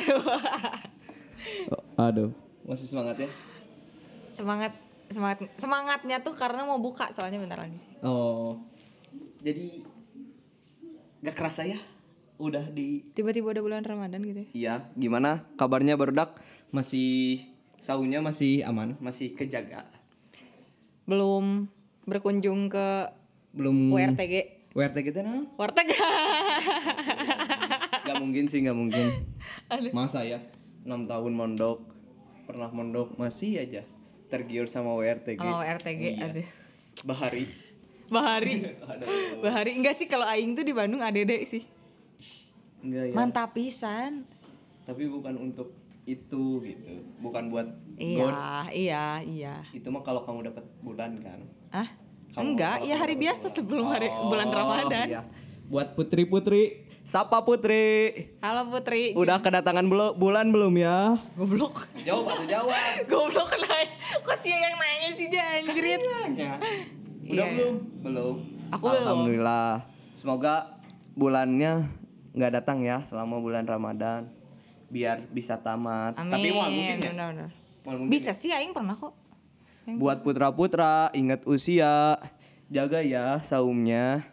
Nah. Waduh. Masih semangat ya? Semangat semangat semangatnya tuh karena mau buka soalnya bentar lagi. Oh. Jadi gak kerasa ya? Udah di Tiba-tiba udah bulan Ramadan gitu ya. Iya, gimana kabarnya berdak? Masih saunya masih aman, masih kejaga. Belum berkunjung ke Belum WRTG. WRT kita nah? Warteg. Gak mungkin sih, gak mungkin. Masa ya? 6 tahun mondok, pernah mondok masih aja tergiur sama WRTG. Sama WRTG Iya. ada. gitu. Bahari. Bahari. Aduh. Bahari enggak sih kalau aing tuh di Bandung ADD sih. Enggak ya. Mantap pisan. Tapi bukan untuk itu gitu. Bukan buat Iya, gors. iya, iya. Itu mah kalau kamu dapat bulan kan. Ah, Kamu- enggak, kalau ya kamu hari dapat biasa bulan. sebelum hari bulan Oh, Ramadan. iya. Buat putri-putri. Sapa putri. Halo Putri. Udah kedatangan belu- bulan belum ya? Goblok. Jawab atau jawab? Goblok nanya. Kok sih yang nanya sih dia anjrit. Udah Iya. belum? Belum. Aku belum. Alhamdulillah. Semoga bulannya nggak datang ya selama bulan Ramadan biar bisa tamat. Amin. Tapi mau mungkin ya. Benar, benar. Mual mungkin ya? Bisa sih aing pernah kok. Buat putra-putra ingat usia, jaga ya saumnya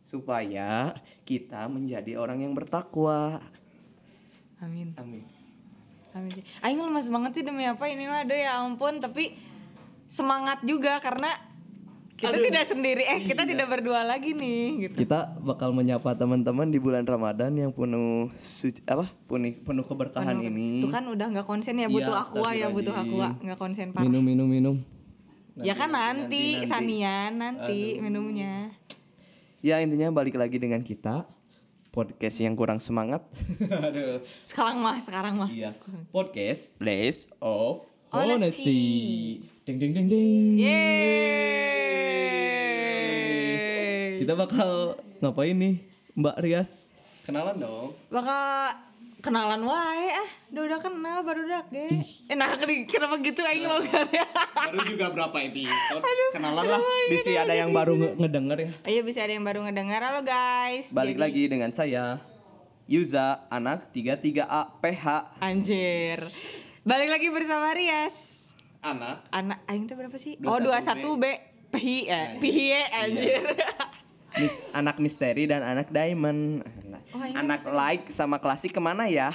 supaya kita menjadi orang yang bertakwa. Amin. Amin. Amin sih. Aing lemas banget sih demi apa ini mah. Aduh ya ampun, tapi semangat juga karena kita tidak sendiri. Eh, kita Iya. tidak berdua lagi nih gitu. Kita bakal menyapa teman-teman di bulan Ramadan yang penuh suci, apa? Penuh penuh keberkahan ini. Tuh kan udah nggak konsen ya butuh Iya, aqua ya butuh astagfirullahaladzim. aqua nggak konsen parah. Minum minum minum. ya kan nanti, nanti, nanti. Sania nanti minumnya. Ya intinya balik lagi dengan kita podcast yang kurang semangat. Aduh. Sekarang mah sekarang mah. Iya. Podcast Place of Honesty. Ding ding ding ding. Iya. Yeay. Kita bakal ngapain nih Mbak Rias? Kenalan dong. Bakal kenalan wae ah. Udah udah kenal baru udah ge. Eh nah keri- kenapa gitu aing Nah. mau Baru juga berapa episode? Kenalan lah. Di sini ada yang baru nge- ngedenger ya. Ayo bisa ada yang baru ngedengar halo guys. Balik Jadi- lagi dengan saya Yuza, anak 33A PH. Anjir. Balik lagi bersama Rias. Anak Anak aing tuh berapa sih? Oh 21 21 B. Piye, Iya. piye eh, anjir. mis anak misteri dan anak diamond. Oh, ini anak like sama klasik kemana ya?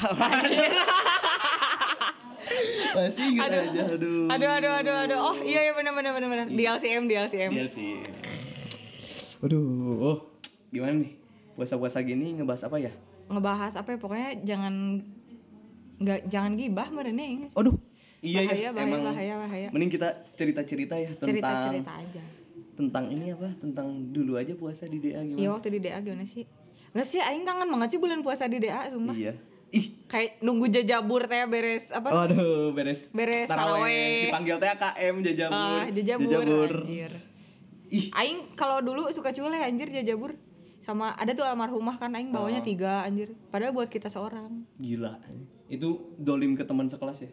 Masih ingat aja, aduh. Aduh aduh aduh aduh. Oh iya iya benar benar benar benar. Di Iya. LCM di LCM. Dia sih. Aduh, oh. gimana nih? Puasa-puasa gini ngebahas apa ya? ngebahas apa ya pokoknya jangan nggak jangan gibah merenya ya nggak sih? Aduh, iya bahaya, ya, bahaya, emang. bahaya bahaya Mending kita cerita-cerita ya tentang cerita cerita aja tentang ini apa? Tentang dulu aja puasa di DA iya gimana? waktu di DA gimana sih nggak sih aing kangen banget sih bulan puasa di DA sumpah Iya. Ih, kayak nunggu jajabur teh beres Oh, apa waduh, beres. Beres taraweh. taraweh. Dipanggil teh KM jajabur. Ah, jajabur, jajabur. anjir Ih. aing kalau dulu suka culeh anjir jajabur sama ada tuh almarhumah kan aing bawanya Oh. tiga anjir padahal buat kita seorang Gila. Itu dolim ke teman sekelas ya?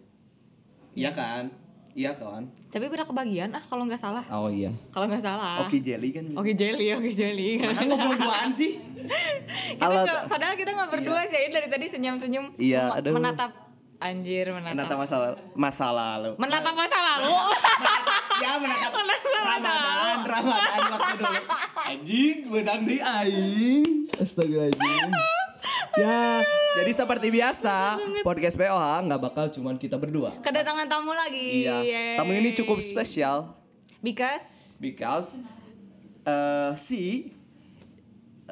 Iya kan? Iya kan? tapi pernah kebagian ah kalau nggak salah Oh iya. kalau nggak salah Oke jelly kan. oke jelly oke jelly Kan ngobrol duaan sih. kita Alat- nggak- padahal kita nggak berdua sih Ain dari tadi senyum-senyum Iya, mem- aduh. menatap anjir Menata menatap masa lalu. Masa lalu. menatap masa lalu ya menatap Menatap Ramadan, Ramadan waktu dulu. Anjing, benang di aing. Astagfirullahaladzim. Ya, jadi seperti biasa, podcast POH nggak bakal cuman kita berdua. kedatangan tamu lagi Yeay. Iya. Tamu ini cukup spesial because because eh si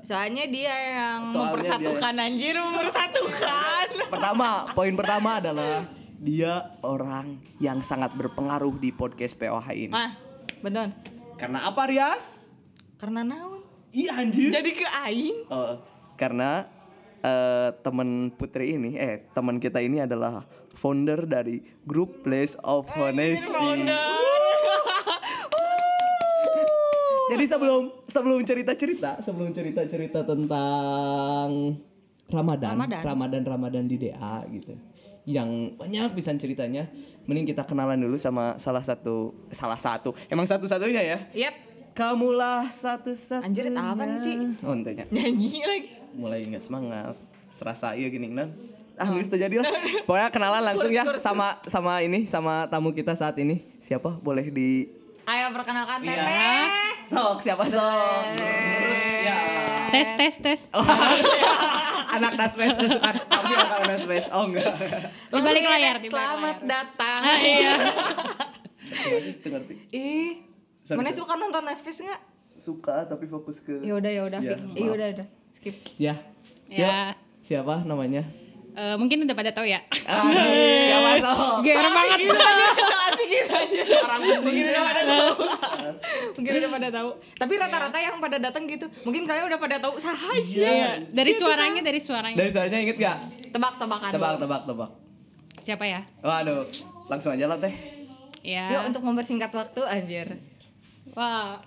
soalnya dia yang Soalnya mempersatukan anjir mempersatukan pertama, poin pertama adalah dia orang yang sangat berpengaruh di podcast POH ini. ah betul Karena apa, Rias? karena naon Iya anjir. jadi ke aing Oh, karena eh, teman Putri ini, eh teman kita ini adalah founder dari grup Place of Honesty. Jadi sebelum sebelum cerita cerita, Sebelum cerita cerita tentang Ramadan, Ramadan. Ramadan, Ramadan di DA gitu. yang banyak bisa ceritanya, mending kita kenalan dulu sama salah satu salah satu, emang satu satunya ya. yep Kamulah satu satunya. Anjir, apaan sih? Oh, entenya. nyanyi lagi Mulai nggak semangat, serasa iya gini nan. ah nggak bisa jadi lah pokoknya kenalan langsung ya sama sama ini sama tamu kita saat ini siapa boleh di Ayo perkenalkan Iya. Tete. sok siapa sok ya Tes tes tes. Oh, anak Nasmes eh, kesukaan kami anak Nasmes oh enggak Di balik Langsung layar, ya, di balik Selamat datang. Ah, iya. Nggak Iya sih, itu ngerti Ih. Sorry, Mana sorry. suka nonton Netflix enggak? suka tapi fokus ke Ya udah ya udah, Ya, Fik. Iya maaf. udah udah. Skip. Ya. Ya. Yuk. Siapa namanya? Eh, mungkin udah pada tahu ya. Aduh, siapa sok Gear banget. Gitu. Iya. seorang begini Mungkin udah pada tahu. Tapi rata-rata yang pada datang gitu, mungkin kalian udah pada tahu sahai sih. Iya. Dari suaranya, dari suaranya. dari soalnya inget gak Tebak-tebakan. tebak tebak tebak Siapa ya? waduh langsung aja lah teh Yuk Ya. untuk mempersingkat waktu anjir. Wow.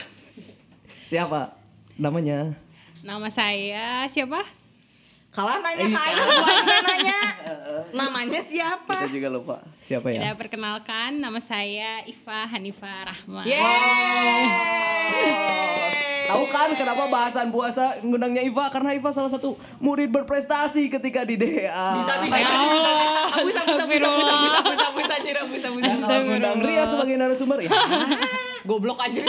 siapa namanya Nama saya siapa? Kalau nanya ke Aing, gua aja nanya. Namanya siapa? kita juga lupa siapa ya Sudah perkenalkan, nama saya Iva Hanifa Gitu. Rahma. Yeay. Tahu kan kenapa bahasan puasa ngundangnya Iva? Karena Iva salah satu murid berprestasi ketika di DA. Bisa bisa bisa. Aku bisa bisa bisa bisa bisa bisa bisa anjir, aku bisa bisa. Dan kalau ngundang Ria sebagai narasumber ya. Goblok anjir.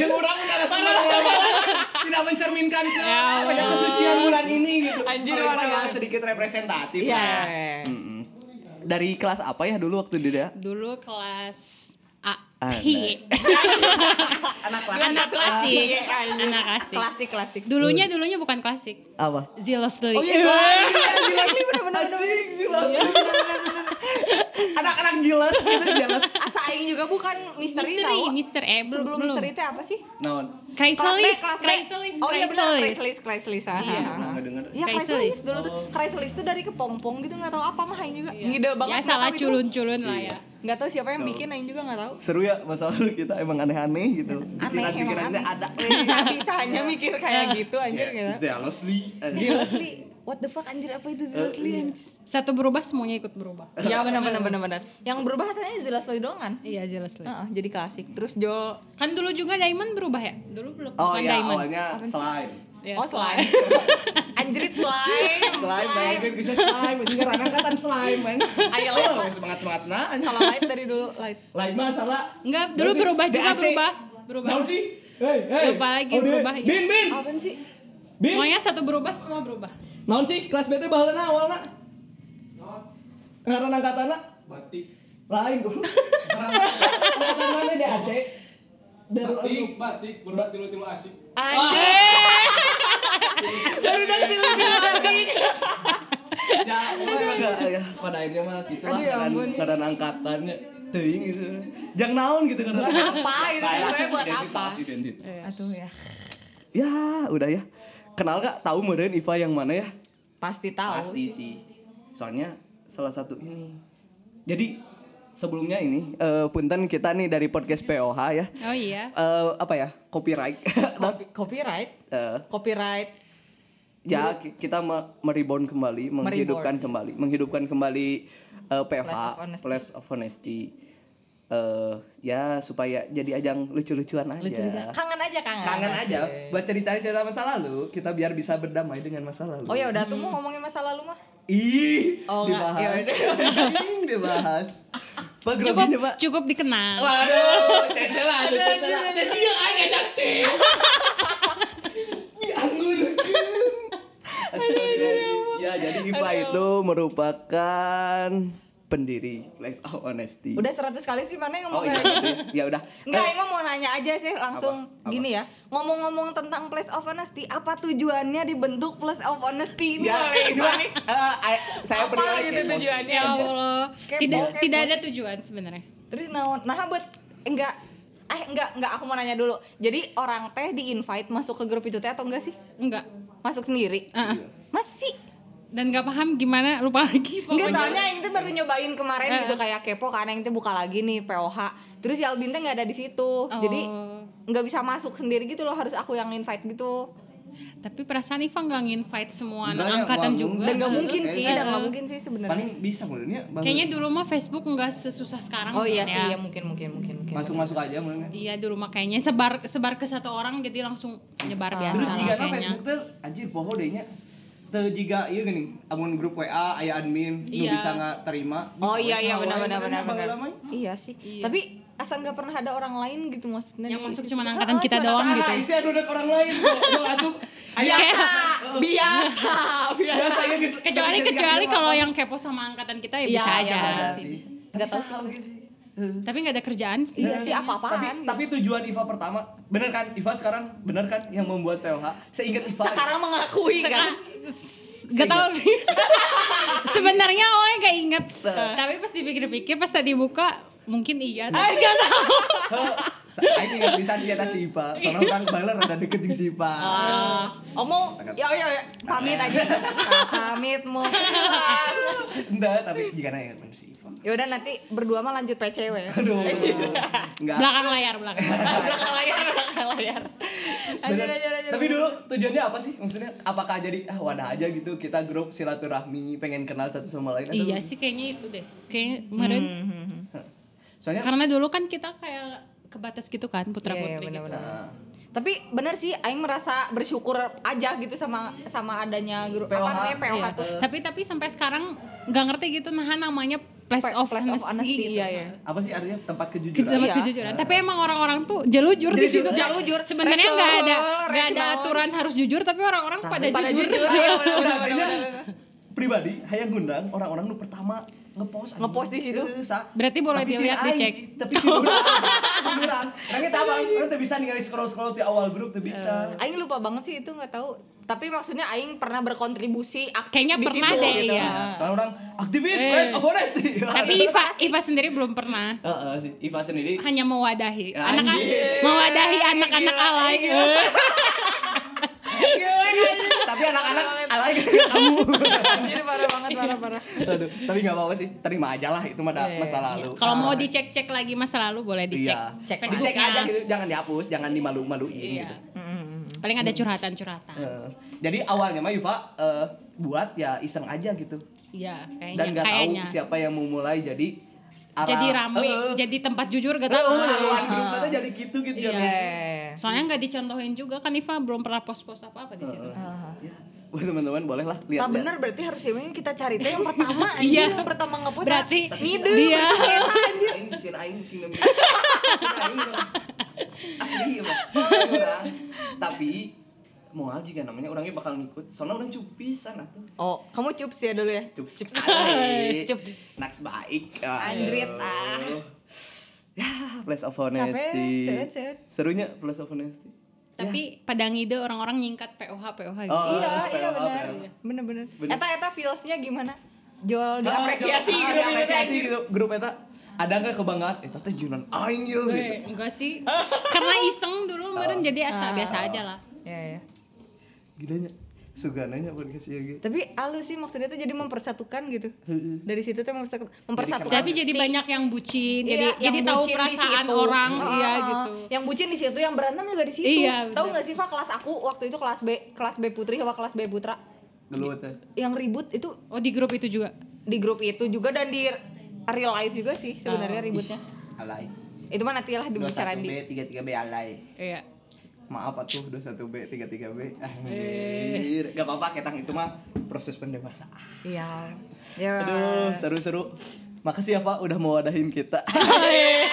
Jemurang narasumber yang tidak mencerminkan ke pada kesucian bulan ini gitu. Ya Anjir, Iva ya sedikit representatif. Iya. lah. Mm-mm. Dari kelas apa ya dulu waktu di DA? Dulu kelas A. Ah, Hi. nah. Anak kelas Anak klasik. Anak klasik. Klasik klasik. Dulunya dulunya bukan klasik. apa? Zilos Oh dulu. iya. Ini benar-benar anjing silas. Anak-anak jelas gitu jelas. Asa aing juga bukan misteri, Misteri, tahu. Mister E belum Sebelum belum. misteri itu apa sih? Naon? Chrysalis, kelas B. Chrysalis, Oh iya benar, Chrysalis. Chrysalis, Chrysalis. ah, ah, ah. nggak denger. Iya, Chrysalis. Chrysalis dulu tuh. Oh. Chrysalis tuh dari kepompong gitu nggak tahu apa mah aing juga. Ngide banget. Ya nggak tahu salah itu. Iya. culun-culun lah ya. Nggak tahu siapa yang bikin aing juga nggak tahu. seru ya masa lalu kita emang aneh-aneh gitu pikiran-pikirannya ada Iya. Bisa-bisanya mikir kayak gitu anjir ya. gitu. zealously eh, Zealously. What the fuck anjir apa itu Iya. zealously anjir? Satu berubah semuanya ikut berubah. Ya benar benar benar benar. Yang berubah asalnya zealously doang kan? Iya jelas lah. Heeh, jadi klasik. Terus Jol Kan dulu juga Diamond berubah ya? Dulu belum oh bukan ya iya, Diamond. awalnya Iya, slime Ya, Oh slime. Anjrit slime. slime bayangin bisa slime ini kan angkatan slime man Ayo, oh, semangat semangat nah Kalau light dari dulu light. lain masalah Enggak, dulu berubah DAC. juga berubah. Berubah. Naon sih Hey, hey. Oh, Lupa lagi, dia. berubah ya. Bin, bin. Apa sih? Bin. Pokoknya satu berubah semua berubah. Naon sih kelas BT baheulana awalna? Ngaran angkatanna? Batik. Lain goblok. Angkatan mana di Aceh? Dari batik batik berubah tilu-tilu asik Anjir. Baru udah kecil lagi. ya emang agak ya pada akhirnya mah gitu lah Aduh, ya kadang ampun. kadang angkatannya teuing gitu jangan naon gitu kadang Buat apa itu tuh sebenarnya buat apa? identitas Aduh ya. ya udah ya kenal gak tahu modern Iva yang mana ya Pasti tahu. pasti sih soalnya salah satu ini jadi sebelumnya ini eh, punten kita nih dari podcast POH ya Oh iya. Eh, apa ya copyright Copy- copyright. Eh, Copyright. ya ki- kita me- merebound kembali menghidupkan kembali menghidupkan kembali eh, POH Place of Honesty. Place of honesty Eh, ya supaya jadi ajang lucu-lucuan aja Kangen aja kangen. Ya. kangen aja Iya. buat cerita cerita masa lalu kita biar bisa berdamai dengan masa lalu Oh ya udah Hmm. tuh mau ngomongin masa lalu mah. Ih, Oh, enggak. dibahas. Ih, dibahas. Pak Cukup groginya, gitu, Pak. Oh, cukup dikenal. Waduh, cese lah, aduh, cese lah. Cese iya aing ngajak cis. Dianggurkeun. Astagfirullahaladzim. Ya, jadi Iva itu merupakan pendiri Place of Honesty. Udah 100 kali sih mana yang Oh ngomong iya, kayak gitu gitu. ya Ya udah. Enggak, Eh, Ima mau nanya aja sih langsung gini ya. Ngomong-ngomong tentang place of honesty, apa tujuannya dibentuk place of honesty ini? Ya, oleh Ima gimana? nih? Eh, I- saya Apa pribadi gitu emosi. tujuannya? Ya iya. Allah. Kepo, Tidak kepo. tidak ada tujuan sebenarnya. Terus naon? Nah, buat enggak eh enggak enggak aku mau nanya dulu. Jadi orang teh di invite masuk ke grup itu teh atau enggak sih? Enggak. Masuk sendiri. Ah, ah. Iya. Masih sih? Dan nggak paham gimana lupa lagi. Enggak pokoknya. soalnya yang itu baru nyobain kemarin Eh, gitu eh. kayak kepo karena yang itu buka lagi nih POH. Terus si Albin teh nggak ada di situ. Jadi Oh. nggak bisa masuk sendiri gitu loh harus aku yang invite gitu. Tapi perasaan Iva nggak nge-invite semua anak Enggak, angkatan nggak juga. mungkin. Dan nggak mungkin sih, iya. Eh, dan nggak eh. mungkin sih sebenarnya. Paling bisa menurutnya Bang. Kayaknya dulu mah Facebook nggak sesusah sekarang. Oh iya kan sih, ya. ya mungkin mungkin mungkin mungkin. masuk-masuk aja menurutnya. Iya dulu makanya sebar Ya, sebar ke satu orang jadi langsung nyebar Ah. biasa Terus lah jika kayaknya. Facebook tuh anjir poho dehnya teu jiga ieu geuning amun grup WA aya admin nu Iya. bisa ngaterima Oh iya iya benar-benar benar benar. benar. Iya sih. Tapi asal nggak pernah ada orang lain gitu maksudnya. Yang di- masuk di cuman situ. angkatan Ah, kita cuman doang angkatan- gitu. Salah isi anu dek orang lain kok. Yo asup. Iya. Aya Biasa, biasa, biasa. biasa iya, ieu geus. Kecuali kecuali kalau yang kepo sama angkatan kita ya Iya, iya, bisa aja. benar ada sih. sih. Nggak Enggak tahu tahu sih. sih. Tapi nggak ada kerjaan sih. Iya sih apa-apaan. tapi, gitu. tapi tujuan Iva pertama bener kan Iva sekarang bener kan yang membuat PLH seingat Iva sekarang mengakui kan. Gak tau sih. Sebenarnya awalnya gak inget. Tapi pas dipikir-pikir pas tadi buka mungkin iya. Ah, nggak tahu. Aing nggak bisa di atas si Iva soalnya kan baler ada deket jeung si Iva Oh mau, ya ya ya, pamit aja, pamit mau. enggak tapi jika nanya bener si Iva Yaudah Ya nanti berdua mah lanjut PCW. ya. aduh enggak Belakang layar belakang. layar. belakang layar, belakang layar. Ajar, Bener. ajar, ajar. Tapi dulu tujuannya apa sih? Maksudnya apakah jadi ah wadah aja gitu kita grup silaturahmi pengen kenal satu sama lain atau Iya sih kayaknya itu deh. Kayaknya kemarin Hmm. Mhm. soalnya karena dulu kan kita kayak ke batas gitu kan putra Iya, iya, putri gitu. benar-benar. nah, Tapi bener sih, Aing merasa bersyukur aja gitu sama sama adanya grup apa POH. namanya POH Iya. tuh. Tapi tapi sampai sekarang nggak ngerti gitu nah namanya Pe- place of place of honesty, honesty. gitu. iya, iya. apa sih artinya tempat Kita kejujuran? sama Iya. kejujuran. Tapi emang orang-orang tuh jelujur di situ. Jalujur. Sebenarnya nggak ada Rektor, nggak ada rektor. aturan harus jujur tapi orang-orang pada, Pada jujur. jujur. Ah, Iya, bener, bener, bener, bener. pribadi hayang ngundang orang-orang nu pertama ngepost anjing. Ngepost di situ? Heueuh, sa. Berarti boleh Tapi dilihat, si Aing dicek. sih, tapi si Nuran si Nuran Nangnya tabang orang teu bisa ningali scroll-scroll di awal grup teu bisa Aing lupa banget sih itu nggak tahu. Tapi maksudnya Aing pernah berkontribusi aktif Kayaknya di pernah situ, deh, gitu. iya. Eh. Nah, soalnya orang aktivis place of honesty Tapi Iva Iva sendiri belum pernah. Heeh, si Iva sendiri Hanya mewadahi Ya, Anjing. Iya, anak mewadahi anak-anak alay. tapi anak-anak alay kayak kamu Anjir parah banget, parah parah. Aduh, tapi nggak apa-apa sih terima aja lah itu mah da- Iya, masa lalu Kalau mau Masa- dicek-cek lagi masa lalu boleh dicek. iya. Cek lah. dicek Facebooknya. aja gitu jangan dihapus jangan dimalu-maluin Iya. gitu Mm, Paling ada curhatan-curhatan. Eh, jadi awalnya mah Iva eh, buat ya iseng aja gitu Iya, kayaknya dan nggak tahu kayaknya. siapa yang mau mulai jadi arah- Jadi rame, Eh, jadi tempat jujur gak eh, tahu. eh, lawan Heeh. grup nanti jadi gitu gitu Iya. jadi- Soalnya nggak dicontohin juga kan Iva belum pernah post-post apa-apa di situ. Ya. Buat teman-teman boleh lah lihat Tak bener iya. Nah, berarti harus yang kita cari teh yang pertama anjir Iya. yang pertama ngepost. Berarti Nide, dia- berarti si Eta, anjir. Aing sin aing sin demi. Sin aing demi. Asli emang. Orang. Tapi moal jika namanya orangnya bakal ngikut. Soalnya orang cupisan atuh. Oh, kamu cups ya dulu ya? Cups cups baik. Cups. Naks baik. Andrit, ah. Ya, place of Capek, honesty. seuet, seuet. Serunya place of honesty. Tapi pada ngide orang-orang nyingkat POH Ya. POH gitu. Oh, iya, itu iya PLL, benar. PLL. Bener-bener. Bener. Eta eta feelsnya gimana? Jual diapresiasi Ah, gitu diapresiasi gitu. Grup eta ada nggak kebanggaan? Eta teh junan aing yeuh gitu. Oh. Gue Eh, enggak sih. Karena iseng dulu kemarin jadi asal biasa aja lah. Ya, ya. Gilanya. Sugananya podcast ya gitu. Tapi alus sih maksudnya tuh jadi mempersatukan gitu. Dari situ tuh mempersatukan. mempersatukan. Tapi jadi banyak yang bucin, Kan jadi Iya, yang jadi tahu bucin di perasaan situ. orang, Ah, iya ah. gitu. Yang bucin di situ, yang berantem juga di situ. Iya, tahu bener. nggak sih Fa kelas aku waktu itu kelas B, kelas B putri sama kelas B putra. Gelut ya. teh. Yang ribut itu Oh di grup itu juga. di grup itu juga dan di real life juga sih sebenarnya ributnya. Alay. Itu mah nantilah dibicarain di 21B, 33B alay. Iya. Maaf atuh 21B, 33B. Eh. Anjir. Gak apa-apa ketang itu mah proses pendewasaan. Iya. Ya. Aduh, seru-seru. Makasih ya Pak udah mau wadahin kita. Iya.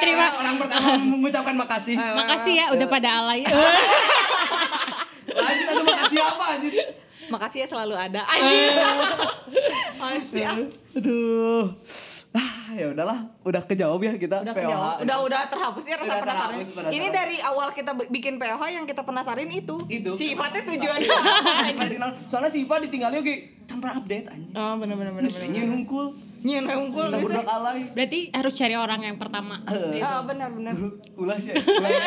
Terima Orang pertama mengucapkan makasih. Iya. Makasih ya Eh. udah pada alay. Lanjut aduh makasih apa anjir. Makasih ya selalu ada. Anjir. Makasih ah. Aduh. Ah, ya udahlah, udah kejawab ya kita Udah POH. kejawab. Udah udah terhapus ya rasa Udah penasaran. terhapus penasaran. Ini dari awal kita b- bikin POH yang kita penasarin itu. Itu. Sifatnya Iya, tujuan. Masih nol. Soalnya si Ipa ditinggalnya oke, kan pernah update anjir. Oh bener bener bener. Terus nyiin hungkul, Nyen unggul kita budak alay. Berarti harus cari orang yang pertama. Gitu. Ah bener bener. ulah sih ulah. ya.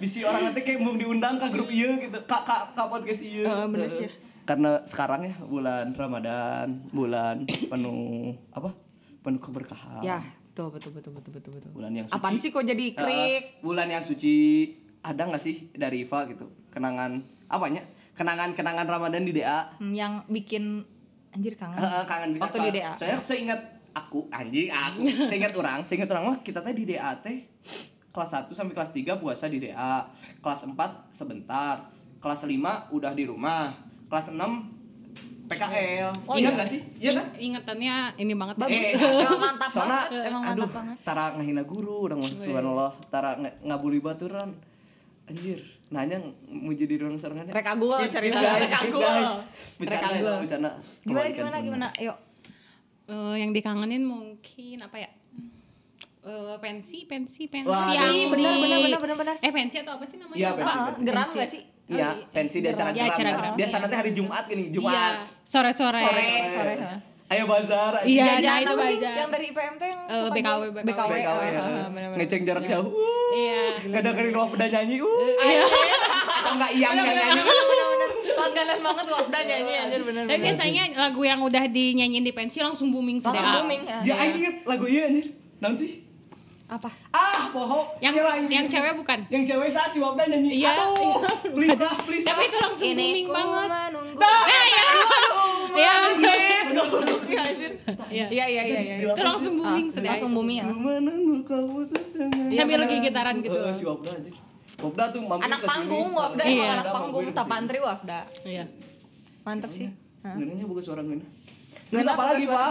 bisi orang nanti kayak mau diundang ke grup iya gitu kak kak kak podcast iya Heeh, Oh, bener sih. karena sekarang ya bulan ramadan bulan penuh apa penuh keberkahan Ya, betul betul betul betul betul betul. bulan yang suci Apaan sih kok jadi Eh, krik? bulan yang suci ada nggak sih dari Iva gitu kenangan apanya kenangan kenangan ramadan di DA Hmm, yang bikin anjir kangen. Heeh, kangen bisa Waktu Soal- di DA. soalnya seingat aku anjing aku seingat orang seingat orang mah kita teh di DA teh kelas 1 sampai kelas 3 puasa di DA kelas 4 sebentar kelas 5 udah di rumah kelas 6 PKL Oh, ingat iya. nggak sih iya kan Ingatannya ini banget. Bagus. Eh, Emang mantap soalnya, banget. Emang mantap aduh, banget. Tara ngehina guru, orang mah subhanallah, Tara nge- ngabuli baturan. Anjir, nanya muji diri orang sorangan. Rek agul cerita, guys, rek skip agul. guys. Rek Bercanda agul. itu, bercanda. Gimana Kembalikan gimana semua. gimana? Yuk. Eh, yang dikangenin mungkin apa ya? Eh, pensi, pensi, pensi Wah, yang iya, benar, di- benar, benar, benar, benar. Eh, pensi atau apa sih namanya? Iya, Lupa. pensi, Ah, pensi. geram gak sih? Oh, Ya, iya. pensi di acara Iya, geram. acara kan? geram. Biasa nanti hari Jumat gini, Iya, Jumat. sore-sore. Sore, Iya. sore. ha. Ayo bazar. ayo. Iya, Jajan nah itu apa sih wajar. yang dari IPMT yang Eh, suka BKW, jual- BKW. BKW, BKW. ah, ya. ah, ah, benar-benar. Ngecek jarak jauh. Uh, Iya. Gak ada kering doang udah nyanyi. Uh. Atau enggak iyang yang nyanyi. Benar-benar. Langganan banget Wafda nyanyi anjir benar. Tapi biasanya lagu yang udah dinyanyiin di pensi langsung booming sedang. Langsung booming. ya. Ya aing inget lagu iya anjir. Naon sih? Apa? Ah, poho. Iya, Yang Kira aing yang inget. cewek bukan. yang cewek sah si Wabda nyanyi Iya. aduh please lah please ah. Tapi lah itu langsung booming ku banget. menunggu. Dah, Eh, ya. Iya, Iya. Iya iya iya iya. Itu langsung booming sedang. Langsung booming ya. gimana gua kau putus dengan Sambil lagi gitaran gitu. Eh, si Wabda aja Wabda tuh mampir Anak ke sini. panggung Wafda, Iya. emang anak Wabda panggung mampir ke tapantri Wafda. Iya. Mantap sih. sini. ngenanya bukan suara ngena terus Ngena apa lagi bukan pak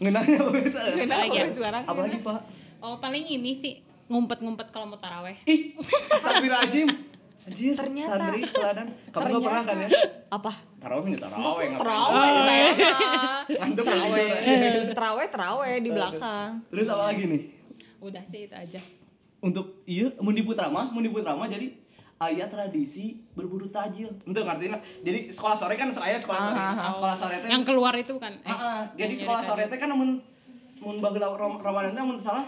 ngenanya bukan suara Kenapa ya? suara apa lagi pak Oh, paling ini sih ngumpet-ngumpet kalau mau taraweh. ih astagfirullahaladzim Anjir, Ternyata. Sandri, teladan. Kamu nggak pernah kan ya? Apa? Taraweh nggak taraweh, ngapain? Ah, Terawih saya. Ngantuk lagi Terawih. tidur aja. Terawih terawih di belakang. Terus apa lagi nih? Udah sih itu aja. untuk iya mun di putra mah mun di putra mah jadi ayah tradisi berburu tajil untuk ngerti jadi sekolah sore kan ayah sekolah sore sekolah sore teh Ah, Yang keluar itu kan. Eh, Ah, ah. jadi yang sekolah dari sore teh kan mun mun bagela Rom- Ramadan teh mun salah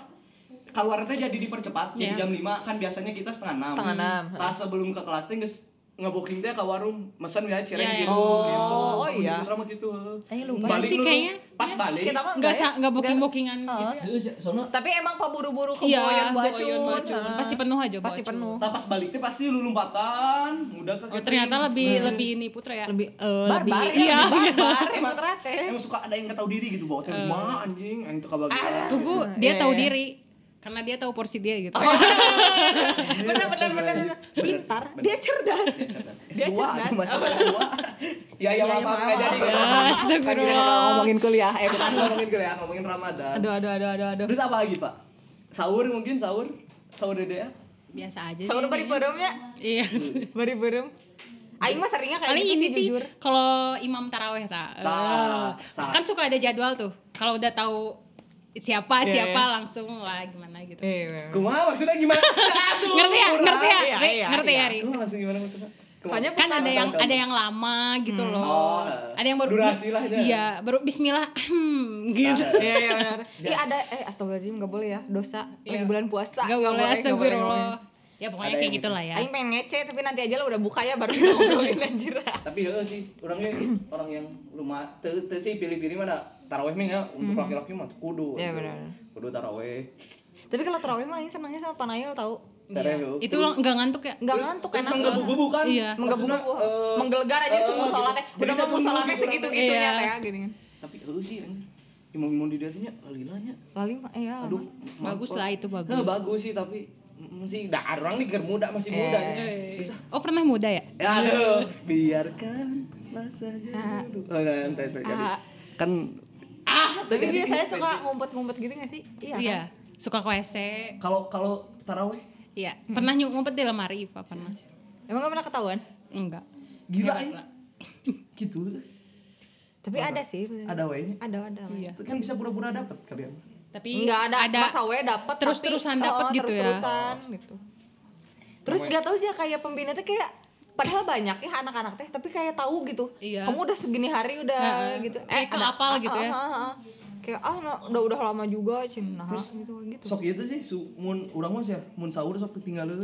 keluar teh jadi dipercepat jadi jam Iya. 5 kan biasanya kita setengah 6 Setengah enam, pas sebelum ke kelas teh geus ngeboking teh ke warung mesen ya cireng Iya, iya. gitu gitu. Oh, Mun di iya. putra mah gitu heeh. Eh, lupa balik sih dulu kayaknya. Iya. pas balik Kita mah tadi. Nggak ya? sa- nggak booking-bookingan gitu ya. Iya, Heeh, soalnya Tapi emang pak buru-buru ke Iya, Boyon Boyon, Bacun. Bacun. Nah. Pasti penuh aja Pasti Bacun. penuh. Nah, pas balik teh pasti lu lompatan, udah ke Oh, catering. ternyata lebih lebih ini putra ya. Lebih Eh, barbar lebih- ya, iya. lebih barbar emang ya. terate. emang suka ada yang nggak tahu diri gitu bawa teh rumah Eh. anjing yang itu Ah, kebagian Tugu dia tahu diri karena dia tahu porsi dia gitu. Bener bener bener. bener. Pintar, dia cerdas. Dia cerdas. masih S2 ya ya Iya, iya, maaf nggak maaf. jadi nggak jadi. kan kita nggak ngomongin kuliah eh bukan ngomongin kuliah ngomongin ramadan Aduh aduh aduh aduh aduh. terus apa lagi pak sahur mungkin sahur sahur dede ya Biasa aja. sih. Sahur bari beremnya, Iya. bari berem. ya. Aing mah seringnya kayak Paling gitu ini sih sih jujur. kalau imam taraweh tak. Ta, sa. kan suka ada jadwal tuh. Kalau udah tahu siapa Iya, siapa iya. langsung lah gimana gitu. Iya. kumaha maksudnya gimana Asuh, Ngerti ya? kurang. Ngerti ya? Iya, Ri? iya, Ngerti ya, Ri? Kumaha langsung gimana maksudnya Kumaha? Soalnya kan ada yang contoh. ada yang lama gitu Hmm. loh. Oh, ada yang baru durasi lah dia. Iya, baru bismillah hmm, gitu. Iya iya benar. Ih ada eh astagfirullahaladzim gak boleh ya dosa lagi Iya. bulan puasa. Gak boleh gak boleh, gak astagfirullah. boleh. gitu. Ya pokoknya Ada kayak yang gitulah ya. Aing pengen ngece tapi nanti aja lah udah buka ya baru kita ngobrolin anjir. tapi heeh sih orangnya orang yang rumah teu teu sih pilih-pilih mana taraweh mah ya untuk laki-laki mah kudu Iya, Kudu. benar. kudu taraweh Tapi kalau tarawih mah Aing senangnya sama Panayil tahu. Tereh, Iya. yuk. Itu lo nggak ngantuk ya? Nggak ngantuk terus enak. menggebu-gebu kan Iya. Maksudnya, Menggebu-gebu. eh, Menggelegar aja eh, semua gitu. sholatnya. Jadi Udah mau kamu musolanya nunggu segitu-gitunya Iya. teh ya gini. kurang. kan. tapi heeh sih anjir imam-imam di dia lalilanya Lali mah eh ya. aduh Aduh. Bagus lah itu bagus. Heh, bagus sih tapi masih dah orang nih ger muda masih Iya. muda ya. Eh. Bisa. Oh pernah muda ya? Ya, aduh biarkan rasanya dulu oh, nah, entah, entah, jadi. Ah. kan ah Tapi tadi biasanya suka ngumpet-ngumpet gitu gak sih? Iya. kan? Iya. Suka ke WC. kalau kalau taraweh Iya. Hmm. Pernah nyuk ngumpet di lemari Iva pernah. kan? Emang gak pernah ketahuan? Enggak. gila ya, gitu Tapi ada sih. ada waynya Ada ada. Iya. itu kan bisa pura-pura dapat kalian Tapi Enggak ada, ada masa we dapat terus-terusan dapat Oh, gitu ya. Terus-terusan gitu. Terus gak tahu sih ya, kayak pembina tuh kayak padahal banyak ya anak-anak teh tapi kayak tahu gitu. Iya. Kamu udah segini hari udah Heeh. gitu. Kayak keapal gitu ya. Ah, ah, ah. Kayak ah nah, udah udah lama juga cina nah, gitu gitu. sok itu sih su, mun urang mah sih ya, mun sahur sok ketinggalan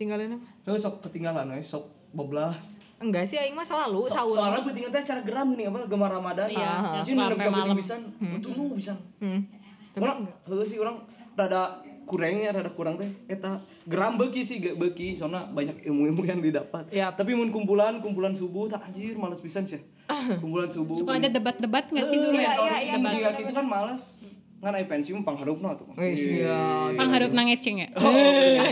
Tinggalin apa? Heuh sok ketinggalan we sok bablas Enggak sih aing mah selalu Sok- sahur. soalnya penting teh cara geram gini apa gemar Ramadan Iya, yang jadi suka nginep gak sampai malam. penting pisan itu nu pisan Hmm. orang heuh sih orang rada kurangnya rada kurang teh eta geram beuki sih ge- beuki soalnya banyak ilmu-ilmu yang didapat Yap. tapi mun kumpulan kumpulan subuh tak anjir males pisan sih kumpulan subuh suka ada debat-debat nggak sih Eh, Heuh, dulu ya? mentoring. Jika gitu kan males ngan ai pensi mah pangharupna tuh Iya. Wih, gila. Pangharap nangecing ya?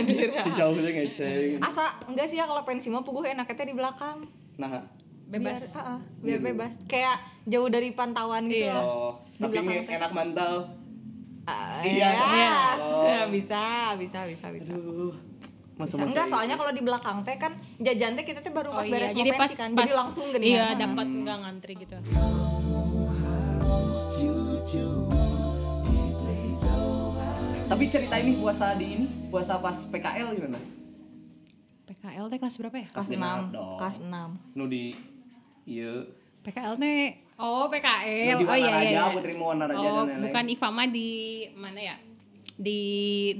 Itu jauh teh ngeceng Asa enggak sih ya kalau pensi mah puguh enaknya teh di belakang. nah Bebas. biar, ah, ah, biar bebas kayak jauh dari pantauan gitu Iya. loh Oh, Di tapi belakang ini teh. enak mantau. Ah, Iya, yes. iya. bisa bisa bisa bisa Aduh. Masa-masa Enggak, ini. soalnya kalau di belakang teh kan jajan teh kita teh baru Oh pas beres iya, mau jadi pas, pensi kan, pas jadi langsung gini. Iya, dapat enggak ngantri gitu. Tapi cerita ini puasa di ini, puasa pas PKL gimana? PKL teh kelas berapa ya? Kelas genap 6, dong. kelas 6. Nu di iya. PKL teh Oh, PKL. Nu di oh iya Wanaraja, iya. iya. Putri mau Wanaraja dan Oh, lain-lain. bukan Ifama di mana ya? Di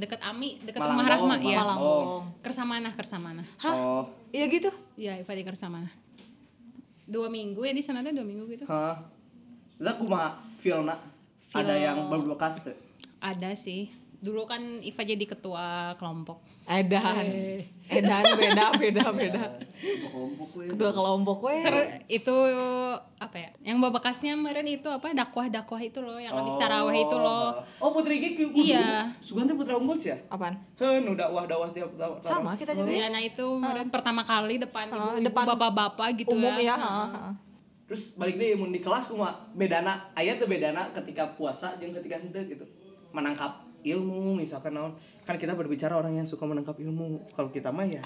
dekat Ami, dekat Malangbong, rumah Rahma ya. Oh. Malangbong. Kersamana, Kersamana. Hah? Oh. Iya gitu. Iya, Iva di Kersamana. Dua minggu ya di sana teh dua minggu gitu. Hah. Lah kumaha Vilna? Ada Feel- yang berbekas teu? Ada sih. Dulu kan Iva jadi ketua kelompok. Edan. Eh. Edan beda beda beda. Kelompok we. Ketua kelompok we. itu apa ya? Yang babakasnya kemarin itu apa dakwah-dakwah itu loh, yang habis Oh. taraweh itu loh. Oh, Putri G kudu. Iya. Sugan teh Putra Unggul sih ya? Apaan? Heh, nu dakwah-dakwah tiap tahun. Sama kita juga. ya. Iya, nah itu kemarin pertama kali depan Ah, ibu, depan bapak-bapak gitu Umum ya. ya. heeh, heeh. Terus balik deh mun di kelas kumaha? Bedana, aya teh bedana ketika puasa jeung ketika henteu gitu. Menangkap ilmu misalkan naon. Kan kita berbicara orang yang suka menangkap ilmu. Kalau kita mah ya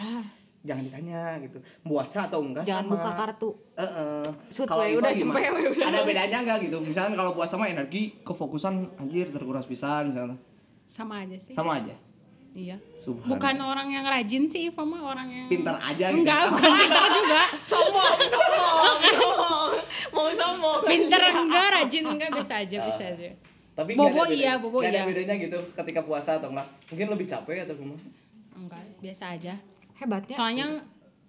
jangan ditanya gitu. Puasa atau enggak Ah. Jangan sama. buka kartu. Heeh. Sut, Kalau we, Iva udah gimana? cempe, we, udah. Ada bedanya enggak gitu? Misalkan kalau puasa mah energi kefokusan anjir terkuras pisan misalnya. Sama aja sih. Sama aja. Iya. Subhanallah. Bukan orang yang rajin sih Iva mah orang yang Pintar aja gitu. Enggak, bukan pintar juga. Sombong, sombong. Mau sombong. Pintar enggak, rajin enggak, biasa aja, biasa aja. Tapi nggak Bobo ada bedanya- iya, bobo nggak ada iya. bedanya gitu ketika puasa atau enggak. Mungkin lebih capek atau gimana? Enggak, biasa aja. Hebatnya. Soalnya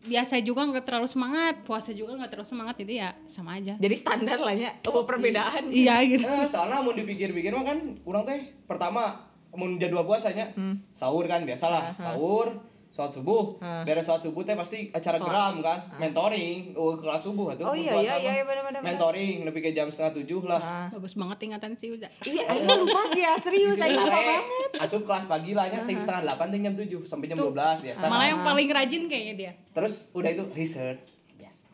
biasa juga nggak terlalu semangat, puasa juga nggak terlalu semangat, jadi ya sama aja. Jadi standar lah ya. Oh, perbedaan. Iya gitu. Eh, soalnya mau dipikir-pikir mah kan kurang teh pertama mau jadwal puasanya Hmm. sahur kan biasalah sahur sholat subuh beres sholat subuh teh pasti acara geram kan mentoring uh, kelas subuh atau Oh iya, iya, iya, iya, benar, benar, benar. mentoring lebih ke jam setengah tujuh lah Ah. Bagus banget ingatan si Uza. Iya, aing mah lupa sih ya, serius aing lupa Sore, banget. asup kelas pagi lah nya ting setengah delapan ting jam tujuh sampai jam dua belas biasa Malah yang paling rajin kayaknya dia. terus udah itu research biasa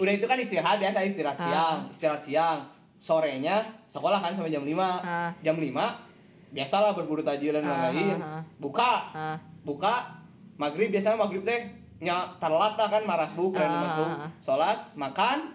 udah itu kan istirahat biasa istirahat siang istirahat siang sorenya sekolah kan sampai jam 5 Ah. jam 5 biasalah berburu tajilan dan lain buka Ah. buka maghrib biasanya maghrib teh nya terlat lah kan marasbuk keren marasbuk sholat makan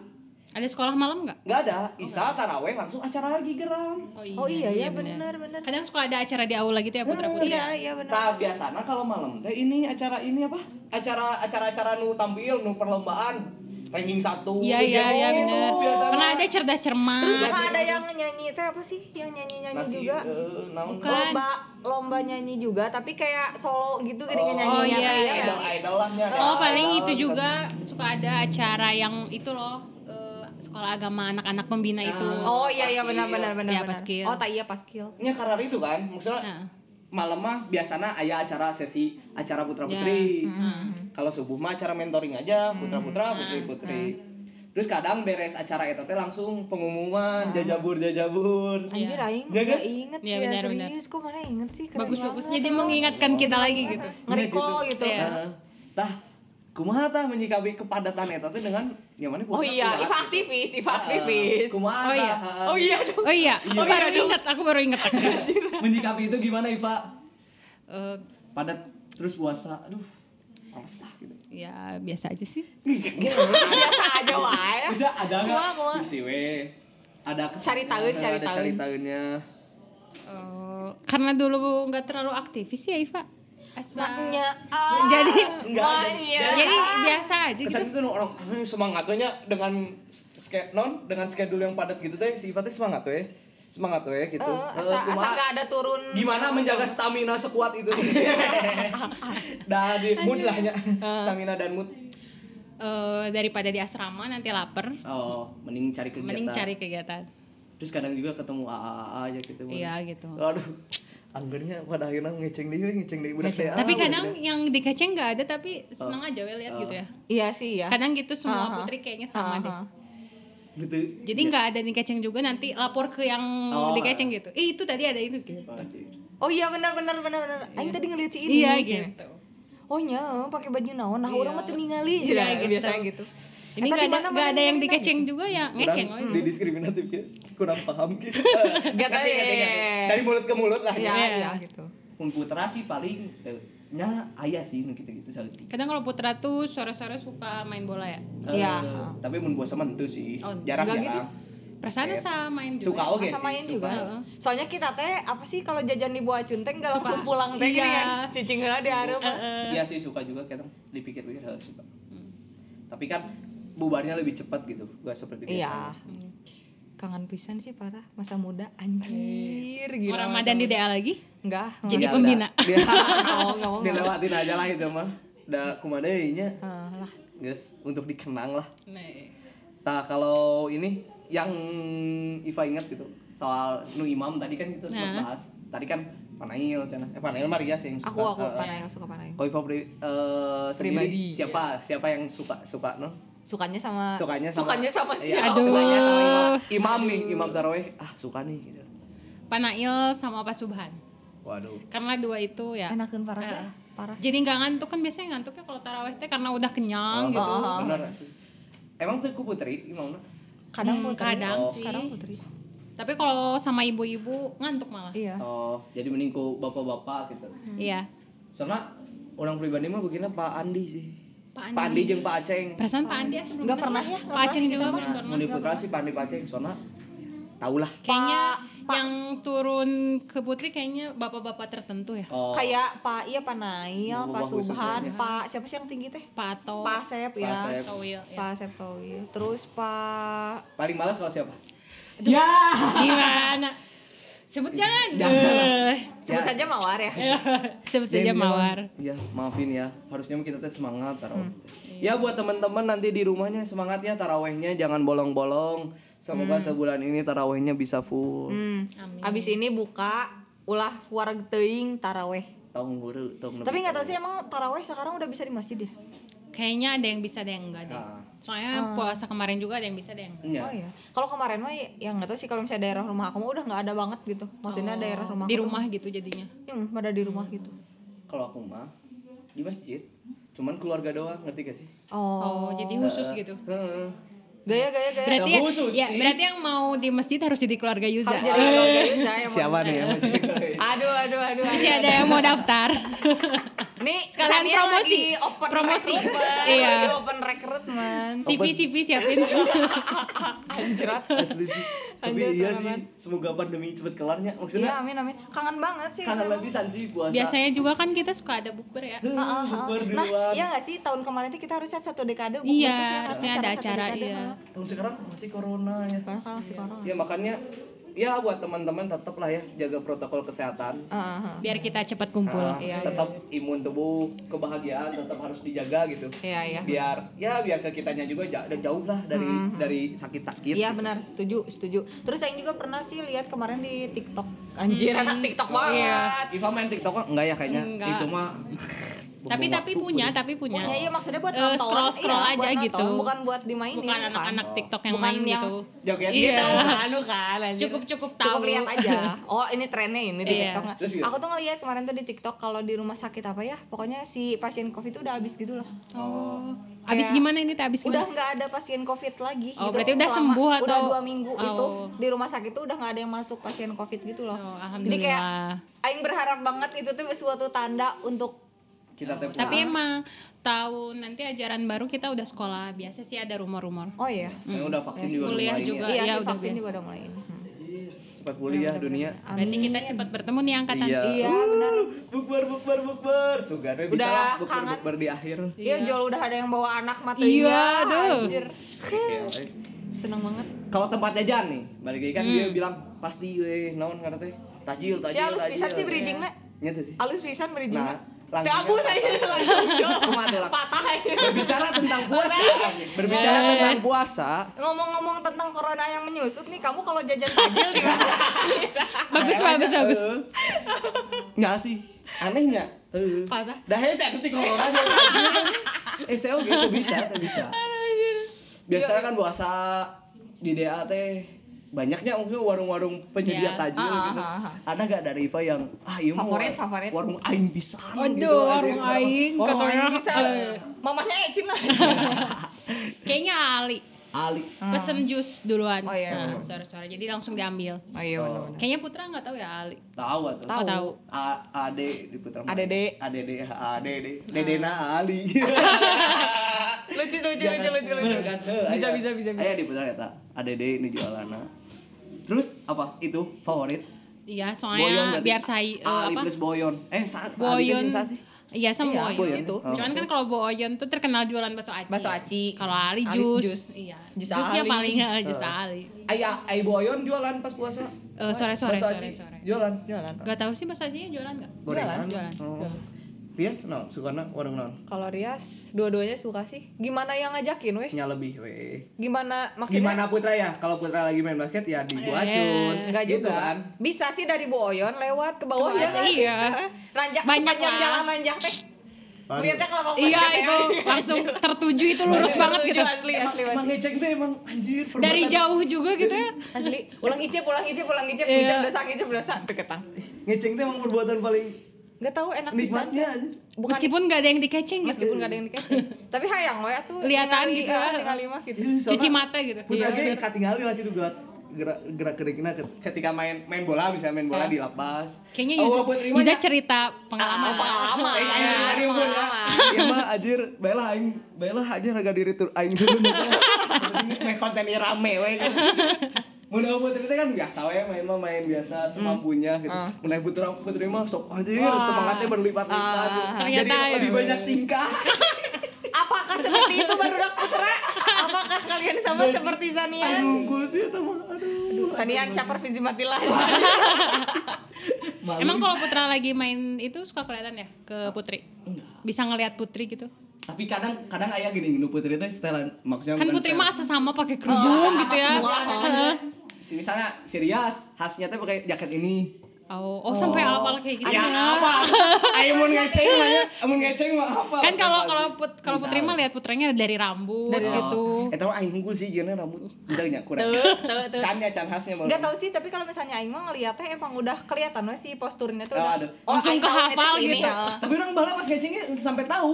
Ada sekolah malam nggak? nggak ada isa taraweh langsung acara lagi geram Oh iya ya benar benar. Kadang suka ada acara di aula gitu ya putra putri. Iya iya benar. Nah, biasanya kalau malam teh ini acara ini apa? Acara acara acara nu tampil nu perlombaan ranking satu. Iya iya iya jago, benar. biasana. Pernah ada cerdas cermat. Terus suka ada yang nyanyi teh apa sih? Yang nyanyi-nyanyi Nasi, juga. eh, naon Bukan. Lomba lomba nyanyi juga tapi kayak solo gitu gede nyanyi Oh, iya, idol iya. idol lahnya ada Oh idol, paling itu bisa- juga suka ada acara yang itu loh eh, sekolah agama anak-anak pembina itu. Oh iya iya benar benar benar. Iya, benar. paskil. Oh tak iya paskil. Nya karena itu kan maksudnya Nah. malam mah biasanya ayah acara sesi acara putra putri kalau subuh mah acara mentoring aja putra putra putri putri terus kadang beres acara itu teh langsung pengumuman jajabur jajabur Anjir aing Iya, kan? gak inget Iya, sih ya, benar, benar. serius kok mana inget sih keren Bagus banget. bagus jadi mengingatkan kita lagi gitu. Nge-recall Iya, gitu. Nah, tah kumaha tah menyikapi kepadatan eta teh dengan yang mana Oh iya, Iva aktivis, Ah, Iva aktivis. Kumaha Oh iya. tah? Oh iya dong. Oh iya, aku baru ingat, aku baru ingat. Menyikapi itu gimana Iva? Eh, Padat terus puasa. Aduh, males lah gitu. ya biasa aja sih. Biasa aja wae. Bisa ada Kumaha, kumaha? nggak? Si we ada kesannya, Cari tahuin, cari ada cari tahunnya. Eh, karena dulu nggak terlalu aktivis ya Iva. Asal- Maknya. ah, Jadi Enggak. Iya. maknya. Eh, jadi biasa aja gitu. Kesan itu orang "Eh, semangat we nya dengan ske, non dengan schedule yang padat gitu teh si Iva teh semangat we. Semangat we gitu. Eh, Eh, asa asa kumaha? gak ada turun. gimana menjaga stamina sekuat itu dan di mood lahnya stamina dan mood Eh, daripada di asrama nanti lapar, oh mending cari kegiatan mending cari kegiatan. terus kadang juga ketemu AAA aja gitu Iya gitu. aduh anggernya pada akhirnya ngeceng dia ngeceng dia budak saya Tapi kan- kadang yang dikaceng nggak ada tapi seneng aja we Oh. lihat gitu ya. Iya sih ya. Kadang gitu semua putri kayaknya sama deh. gitu Jadi nggak ada dikaceng juga nanti lapor ke yang Oh. dikaceng gitu. Ih itu tadi ada itu gitu. Anjir. Oh iya benar benar benar benar. Aing tadi ngeliat si ini. Iya sih. gitu. Oh nya, pakai baju naon? Nah, orang mah teu ningali Jadi Iya, gitu. biasanya gitu. Eta Ini nggak ada dimana-mana nggak ada yang dimana-mana. dikeceng juga ya, ngeceng. kurang oh iya. didiskriminatif gitu kurang paham gitu Gak tahu, Ngerti, ngerti, iya, ngerti. iya. dari mulut ke mulut lah ya, Iya. ya gitu komputerasi paling teu. nya ayah sih nu gitu, gitu-gitu saeutik Kadang kalau Putra tuh sore-sore suka main bola ya. Iya. Eh, tapi mun bosan mah teu sih Oh, jarang enggak gitu. jarang Perasaan sama main juga. Iya. suka oge Masa main sih juga. suka Soalnya kita teh apa sih kalau jajan di buah cunteng gak Suka. langsung pulang teh gini Iya. kan. Cicing heula di hareup. iya sih suka juga kadang dipikir-pikir harus suka tapi kan bubarnya lebih cepat gitu gak seperti Iya. biasanya Hmm. Kangen pisan sih parah masa muda anjir gitu. Mau Ramadan di DA lagi? Enggak. Jadi Ya, pembina. udah. Dia- Oh, nggak mau, nggak dilewatin aja lah itu mah udah kumadainya Ah, lah. guys untuk dikenang lah Nih. Nah kalau ini yang Iva ingat gitu soal nu imam tadi kan kita sempat bahas. Tadi kan Panail, Cana. Eh Panail Maria sih yang suka. Nah. Aku aku Eh, parah yang suka parah. yang- Kalau Iva pri, eh, sendiri Pribadi. Ah, siapa siapa yang suka suka no? Sukanya sama Sukanya sama sukanya sama Iya, si Aduh. Sukanya sama imam. Imam nih, imam taraweh. Ah suka nih gitu. Panail sama Pak Subhan. Waduh. Karena dua itu ya. Enakeun parah ya. Ah. Parah. Jadi nggak ngantuk kan biasanya ngantuknya kalau taraweh teh karena udah Oh, kenyang oh, gitu. Benar sih. Emang tuh ku putri imamnya? Kadang Hmm, putri. kadang Oh. sih. Kadang putri. Tapi kalau sama ibu-ibu ngantuk malah. Iya. Oh, jadi mending ku bapak-bapak gitu. Iya. Soalnya orang pribadi mah begini Pak Andi sih. Pak Andi. Pak Andi jeung Pak Aceng. Perasaan Pak Andi sebelum Enggak pernah ya. nggak Pak Aceng juga kan Nah, Muni Putra sih Pandi Paceng soalnya tau lah. Kayaknya yang turun ke Putri kayaknya bapak-bapak tertentu ya. Oh, Kayak Pak iya Pak Nail, Bapak Pak khusus Subhan, ya. Pak siapa sih yang tinggi teh? Pak Oh, Ato, Pak Asep ya. Asep. Pak Wil, ya. Pak Asep Towi. Terus Pak paling malas kalau siapa? Ya! Gimana? Sebut jangan. Eh, sebut Ya. saja Mawar ya. Sebut saja Jangan Mawar. bilang, Ya, maafin ya. Harusnya kita teh semangat tarawih. teh." Ya buat teman-teman nanti di rumahnya semangat ya tarawehnya jangan bolong-bolong. Semoga sebulan ini tarawehnya bisa full. Hmm. Abis ini buka ulah wareg teuing taraweh. Tong guru, tong Tapi nggak tahu ya. sih emang taraweh sekarang udah bisa di masjid ya? Kayaknya ada yang bisa, ada yang enggak deh. Ah. Soalnya puasa kemarin juga ada yang bisa, ada yang enggak. Ya. Oh iya. Kalau kemarin mah yang nggak tahu sih kalau misalnya daerah rumah aku mah udah nggak ada banget gitu. Maksudnya daerah rumah Di aku rumah gitu jadinya. tuh, hmm, pada di rumah gitu. Kalau aku mah di masjid cuman keluarga doang, ngerti gak sih? Oh. Oh, jadi khusus gitu. Heeh. Gaya gaya gaya. Berarti ya, khusus, ya, Ti. berarti yang mau di masjid harus jadi keluarga Yuza. Harus jadi keluarga Yuza yang Siapa nih yang masih? Aduh aduh aduh. Masih aduh. ada yang mau daftar. Nih Sekalian Sania promosi. lagi open Promosi. recruitment. Iya. Lagi open recruitment. Iya, CV CV siapin. Anjrat. Asli sih. Tapi Anjir, iya parah sih, semoga pandemi cepet kelarnya. Maksudnya Iya amin amin. Kangen banget sih. kangen lapisan sih puasa Biasanya juga kan kita suka ada bukber ya. Heh, Ah, ah. bukber di Nah, luar iya gak sih tahun kemarin tuh kita harusnya satu dekade bukber Iya, tuh kan, harusnya ada satu acara, dekade, iya. ah. tahun sekarang masih corona ya Karena kan masih corona. ya makanya ya buat teman-teman tetaplah ya jaga protokol kesehatan Ah, ah. Biar kita cepat kumpul. Nah, tetap imun tubuh kebahagiaan tetap harus dijaga gitu Iya, iya. biar ya biar ke kitanya juga ja- dan jauh lah dari dari sakit-sakit Iya benar, setuju, setuju. Terus saya juga pernah sih lihat kemarin di TikTok. Hmm. Anjir, anak TikTok Iya. banget. Iva main TikTok kok? enggak ya kayaknya Enggak. itu mah Tapi tapi punya, tapi punya. Punya, iya maksudnya buat Eh, nonton. scroll-scroll iya, aja buat gitu. nonton, Bukan buat dimainin. kan. Bukan anak-anak TikTok yang Oh. Bukan ya. main yang- gitu. joget Iya. gitu Anu kan anjir. Cukup-cukup Cukup tahu. lihat aja. Oh, ini trennya ini di Iya. TikTok. nggak? Terus gitu? Aku tuh ngelihat kemarin tuh di TikTok kalau di rumah sakit apa ya, pokoknya si pasien Covid tuh udah habis gitu loh. Oh. Abis gimana ini teh? Abis udah gimana? nggak ada pasien covid lagi gitu. Oh, berarti udah Selama- sembuh atau- udah dua minggu itu Oh. di rumah sakit tuh udah nggak ada yang masuk pasien covid gitu loh Oh, jadi kayak alhamdulillah. Aing berharap banget itu tuh suatu tanda untuk kita teh Tapi emang tahun nanti ajaran baru kita udah sekolah. Biasa sih ada rumor-rumor. oh iya saya udah vaksin juga udah Kuliah mulai juga iya ya sih udah vaksin biasa. juga udah mulai ini Hmm. cepat pulih ya dunia Berarti kita cepat bertemu nih angkatan. Iya. iya benar Bukber, bukber, bukber. Sugar bisa Udah lah bukber, kangen. bukber di akhir. iya jual udah ada yang bawa anak mata Iya, aduh. anjir seneng banget Hmm. Kalau tempat jajan nih, balik lagi kan dia bilang pasti we naon ngarana teh? Tajil, tajil. si halus tajil. pisan sih berijingna Nya teh sih. halus ya. pisan Nah, berijingna langsung Teh abu saya langsung jual. Kumaha tuh, Lak? patah aja Berbicara tentang puasa, Nah. anjing. berbicara tentang puasa. ngomong-ngomong tentang corona yang menyusut nih kamu kalau jajan tajil gimana? Bagus bagus bagus. Heeh. eh. Nggak sih, anehnya. Heeh. Patah. Dah hese saya ketik corona nya tajil. Eh, saya oke teu bisa, teu bisa. Biasanya kan puasa di DA teh banyaknya mungkin warung-warung penyedia Ya. tajil Ah, gitu. ah, ah. Ada gak dari Riva yang ah iya mah Favorit, war- favorit. warung aing bisa gitu. Aduh, warung aing Orang katanya lain bisa. Mamanya Ecin lah. Kayaknya Ali Ali. pesen jus duluan. Hmm. Oh, iya. Nah, sore-sore. Jadi langsung diambil. oh iya benar-benar. Kayaknya Putra nggak tahu ya Ali. Tahu atau? Oh, tahu. A Ade di Putra Maya. ADD. ADD ADD Ah. Dedena Ali. Lucu lucu lucu lucu lucu. Bener kan? Heuh, Bisa aya. bisa bisa. bisa. Aya di Putra eta ADD ini jualanna. Terus apa? Itu favorit. Iya, Boyon soalnya berarti. biar saya eh, Ali apa? plus Boyon. Eh, saat Boyon. Iya, sama Iya, Boyon. Boyon. Itu. Oh. Cuman kan kalau Boyon tuh terkenal jualan bakso aci. Bakso ya. aci. Kalau Ali Alis jus. jus. Iya. Jus Jusnya Ali. paling eh, Oh. jus Ali. Aya, ay Boyon jualan pas puasa. Eh, sore-sore, Bakso aci. sore-sore. Jualan. Jualan. Gak tahu sih bakso acinya jualan nggak? Gorengan. Jualan. Oh. Bias naon? Sukana warung naon? Kalau Rias dua-duanya suka sih. Gimana yang ngajakin weh? Nya lebih weh. Gimana maksudnya? Gimana Putra ya? Kalau Putra lagi main basket ya di Bu Eh, Acun. Enggak Gitu juga. kan? Bisa sih dari Bu Oyon lewat ke bawah ya. Ke bawah, nggak sih? iya. Heeh. Ranjak Banyak sepanjang lah. jalan ranjak teh. Aduh. Lihatnya kelapa Iya, basket itu ya. langsung tertuju itu lurus Iya, banget setuju, gitu. Asli asli Emang asli. ngecek tuh emang anjir. Dari perbuatan. jauh juga gitu ya. Asli. Ulang icip, ulang icip, ulang icip, Iya. icip dosa, icip dosa. Tuh ketang. Ngeceng tuh emang perbuatan paling Enggak tahu enak pisan. nikmatnya aja. Bukan gitu, Meskipun nggak ada yang dikeceng gitu. meskipun gak ada yang dikasih. Tapi ya, hayang we atuh. Kelihatan ningali, gitu. ah, ningali mah gitu. Iya, Cuci mata gitu. Putra ge katingali lah gitu gerak gerak gerak gerikna ke- ketika main main bola misalnya main bola di lapas. Iya. Kayaknya Oh, Yuza, buat terima Yuza ya. oh, cerita pengalaman. Pengalaman. Aing pun ya. Ieu mah anjir, bae lah aing, bae lah anjir harga diri tur aing dulu. Mek konten ieu rame we. Mun eueuh putri teh kan biasa we main mah main biasa Hmm. semampunya gitu. Mun aya putri putri mah sok anjir semangatnya berlipat-lipat. gitu. Jadi Ternyata ya, lebih we. banyak tingkah. Apakah seperti itu Barudak Putra? Apakah kalian sama seperti Aing Sanian? unggul sih eta mah. Iya Aduh. Sanian caper Fizimatilah. Malu. Emang kalau Putra lagi main itu suka kelihatan ya ke Putri? Bisa ngelihat Putri gitu. tapi kadang kadang ayah gini nu putri teh setelan maksudnya bukan Kan Oh, Putri setelan. mah asa sama pakai kerudung gitu ya. Heeh. si misalnya serius khasnya teh pakai jaket ini Oh, oh sampai apal kayak gitu. ya apa ayo mau ngeceng mah ya mau ngeceng mah apa Kan kalau kalau put, kalau Misal. Putri mah lihat putranya dari rambut Oh. gitu. Eta mah aing unggul sih jeuna rambut endeunya kurang. Can ya can khasnya mah. Gak tau sih, tapi kalau misalnya Aing mah ngeliatnya emang udah kelihatan we sih posturnya tuh Oh, udah aduh. Langsung Aing tahu ini kehafal tuh sini, gitu. ya. Tapi orang bala pas ngecengnya sampai tahu